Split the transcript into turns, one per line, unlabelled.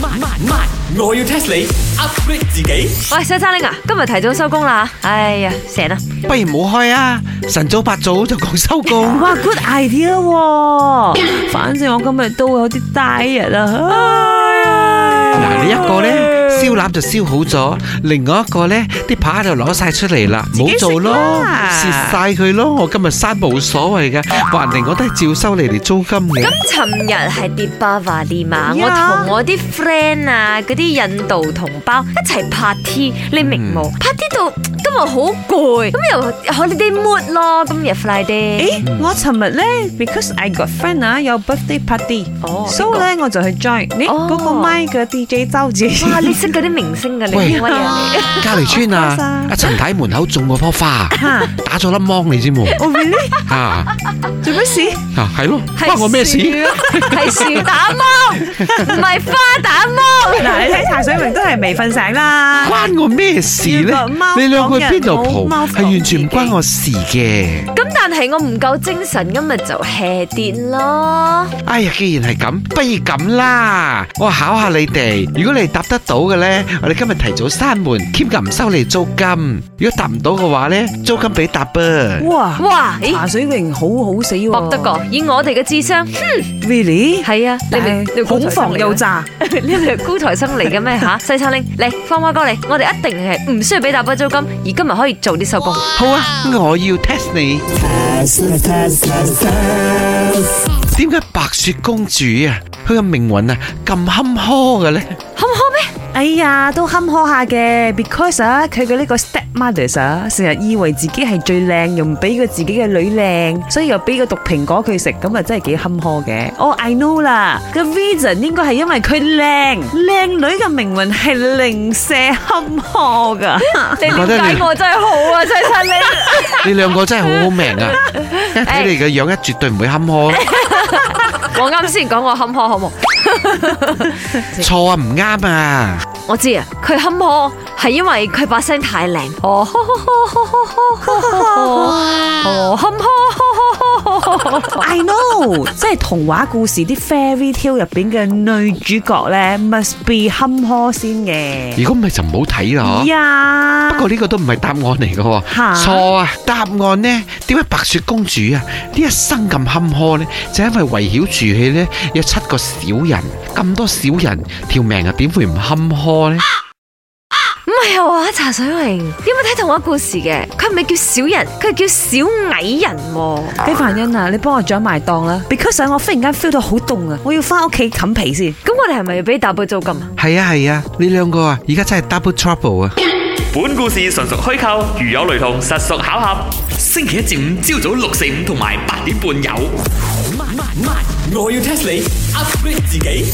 慢慢慢，我要 test 你 upgrade 自己。
喂，西沙玲啊，今日提早收工啦，哎呀，成啦！
不如唔好開啊！晨早八早就講收工，
哇，good idea 喎！反正我今日都有啲 diet 啊。
嗱你一個咧燒腩就燒好咗，另外一個咧啲扒就攞晒出嚟啦，唔好做咯，
自己食啦
蝕晒佢咯。我今日刪冇所謂嘅，橫掂我都係照收你哋租金嘅。
咁尋日係 Deepavali 嘛，我
Yeah
同我啲 friend 啊，嗰啲印度同胞一齊 party，你明冇？party 到今日好攰，咁又 holiday mood 咯，今日 Friday。
诶，我尋日咧，because I got friend 啊，有 birthday party，
哦邊
so
個
咧我就去 join。你
哦
嗰個麥嘅 DJ 周姐，
哇！你識嗰啲明星㗎，你
喂
威啊你！
隔離村
唔該
啊
晒，
阿陳太門口種嗰棵花，
嚇
打咗粒芒你知冇？
我 really
啊
做咩事？
啊係咯，關我咩事？
係樹打毛，唔係花打毛。
嗱，你睇茶水榮都係未瞓醒啦。
關我咩事咧
原來貓？
你兩個去邊度
講人
蒲？
冇貓
係完全唔關我事嘅。
咁但係我唔夠精神，今日就 hea 啲咯。
哎呀，既然係咁，不如咁啦，我考下你哋，如果你哋答得到嘅呢，我哋今日提早閂門，兼夾唔收你哋租金；如果答唔到嘅話呢，租金俾答噃。
哇！
哇！咦，
茶水榮好好死喎，
搏得過？以我哋嘅智商，
really？
係啊，你咪
但係恐防又炸，
你咪高材生嚟嘅咩吓？西餐拎嚟，方花哥嚟，我哋一定係唔需要俾大筆租金，而今日可以早啲收工。
好啊，我要 test 你。點解白雪公主啊，佢嘅命運啊咁坎坷嘅呢？
好唔好咩？
哎呀，都坎坷下嘅，because 啊，佢嘅呢個 step mothers 啊，成日以為自己係最靚，又唔俾佢自己嘅女靚，所以又俾個毒蘋果佢食，咁啊真係幾坎坷嘅。哦、i know 啦，個 reason 應該係因為佢靚，靚女嘅命運係零舍坎坷噶。
你
我覺
了
得
解
你
我真係好啊，西餐拎。
你兩個真係好好命 啊！一睇你嘅樣，一絕對唔會坎坷。
我啱先講我坎坷好冇？
錯啊，唔啱啊！
我知啊，佢坎坷係因為佢把聲太靚。哦，哦坎坷。
I know，即係童話故事啲 fairy tale 入邊嘅女主角咧，must be 坎坷先嘅。
如果唔係就唔好睇啦。嗬
呀，
不過呢個都唔係答案嚟嘅喎，
嚇
錯啊！答案呢？點解白雪公主啊呢一生咁坎坷呢？就因為圍繞住佢呢，有七個小人，咁多小人條命啊點會唔坎坷
啊
呢？
唔係啊話茶水榮，你有冇睇童話故事嘅？佢唔係叫小人，佢係叫小矮人喎。
俾凡欣啊，你幫我掌埋檔啦，because 啊我忽然間 feel 到好凍啊，我要翻屋企冚被先。
咁我哋係咪要俾 double 租金啊？
係啊係啊，你兩個啊而家真係 double trouble 啊！
本故事純屬虛構，如有雷同，實屬巧合。星期一至五朝早六四五同埋八點半有。
慢慢慢，我要 test 你 upgrade 自己。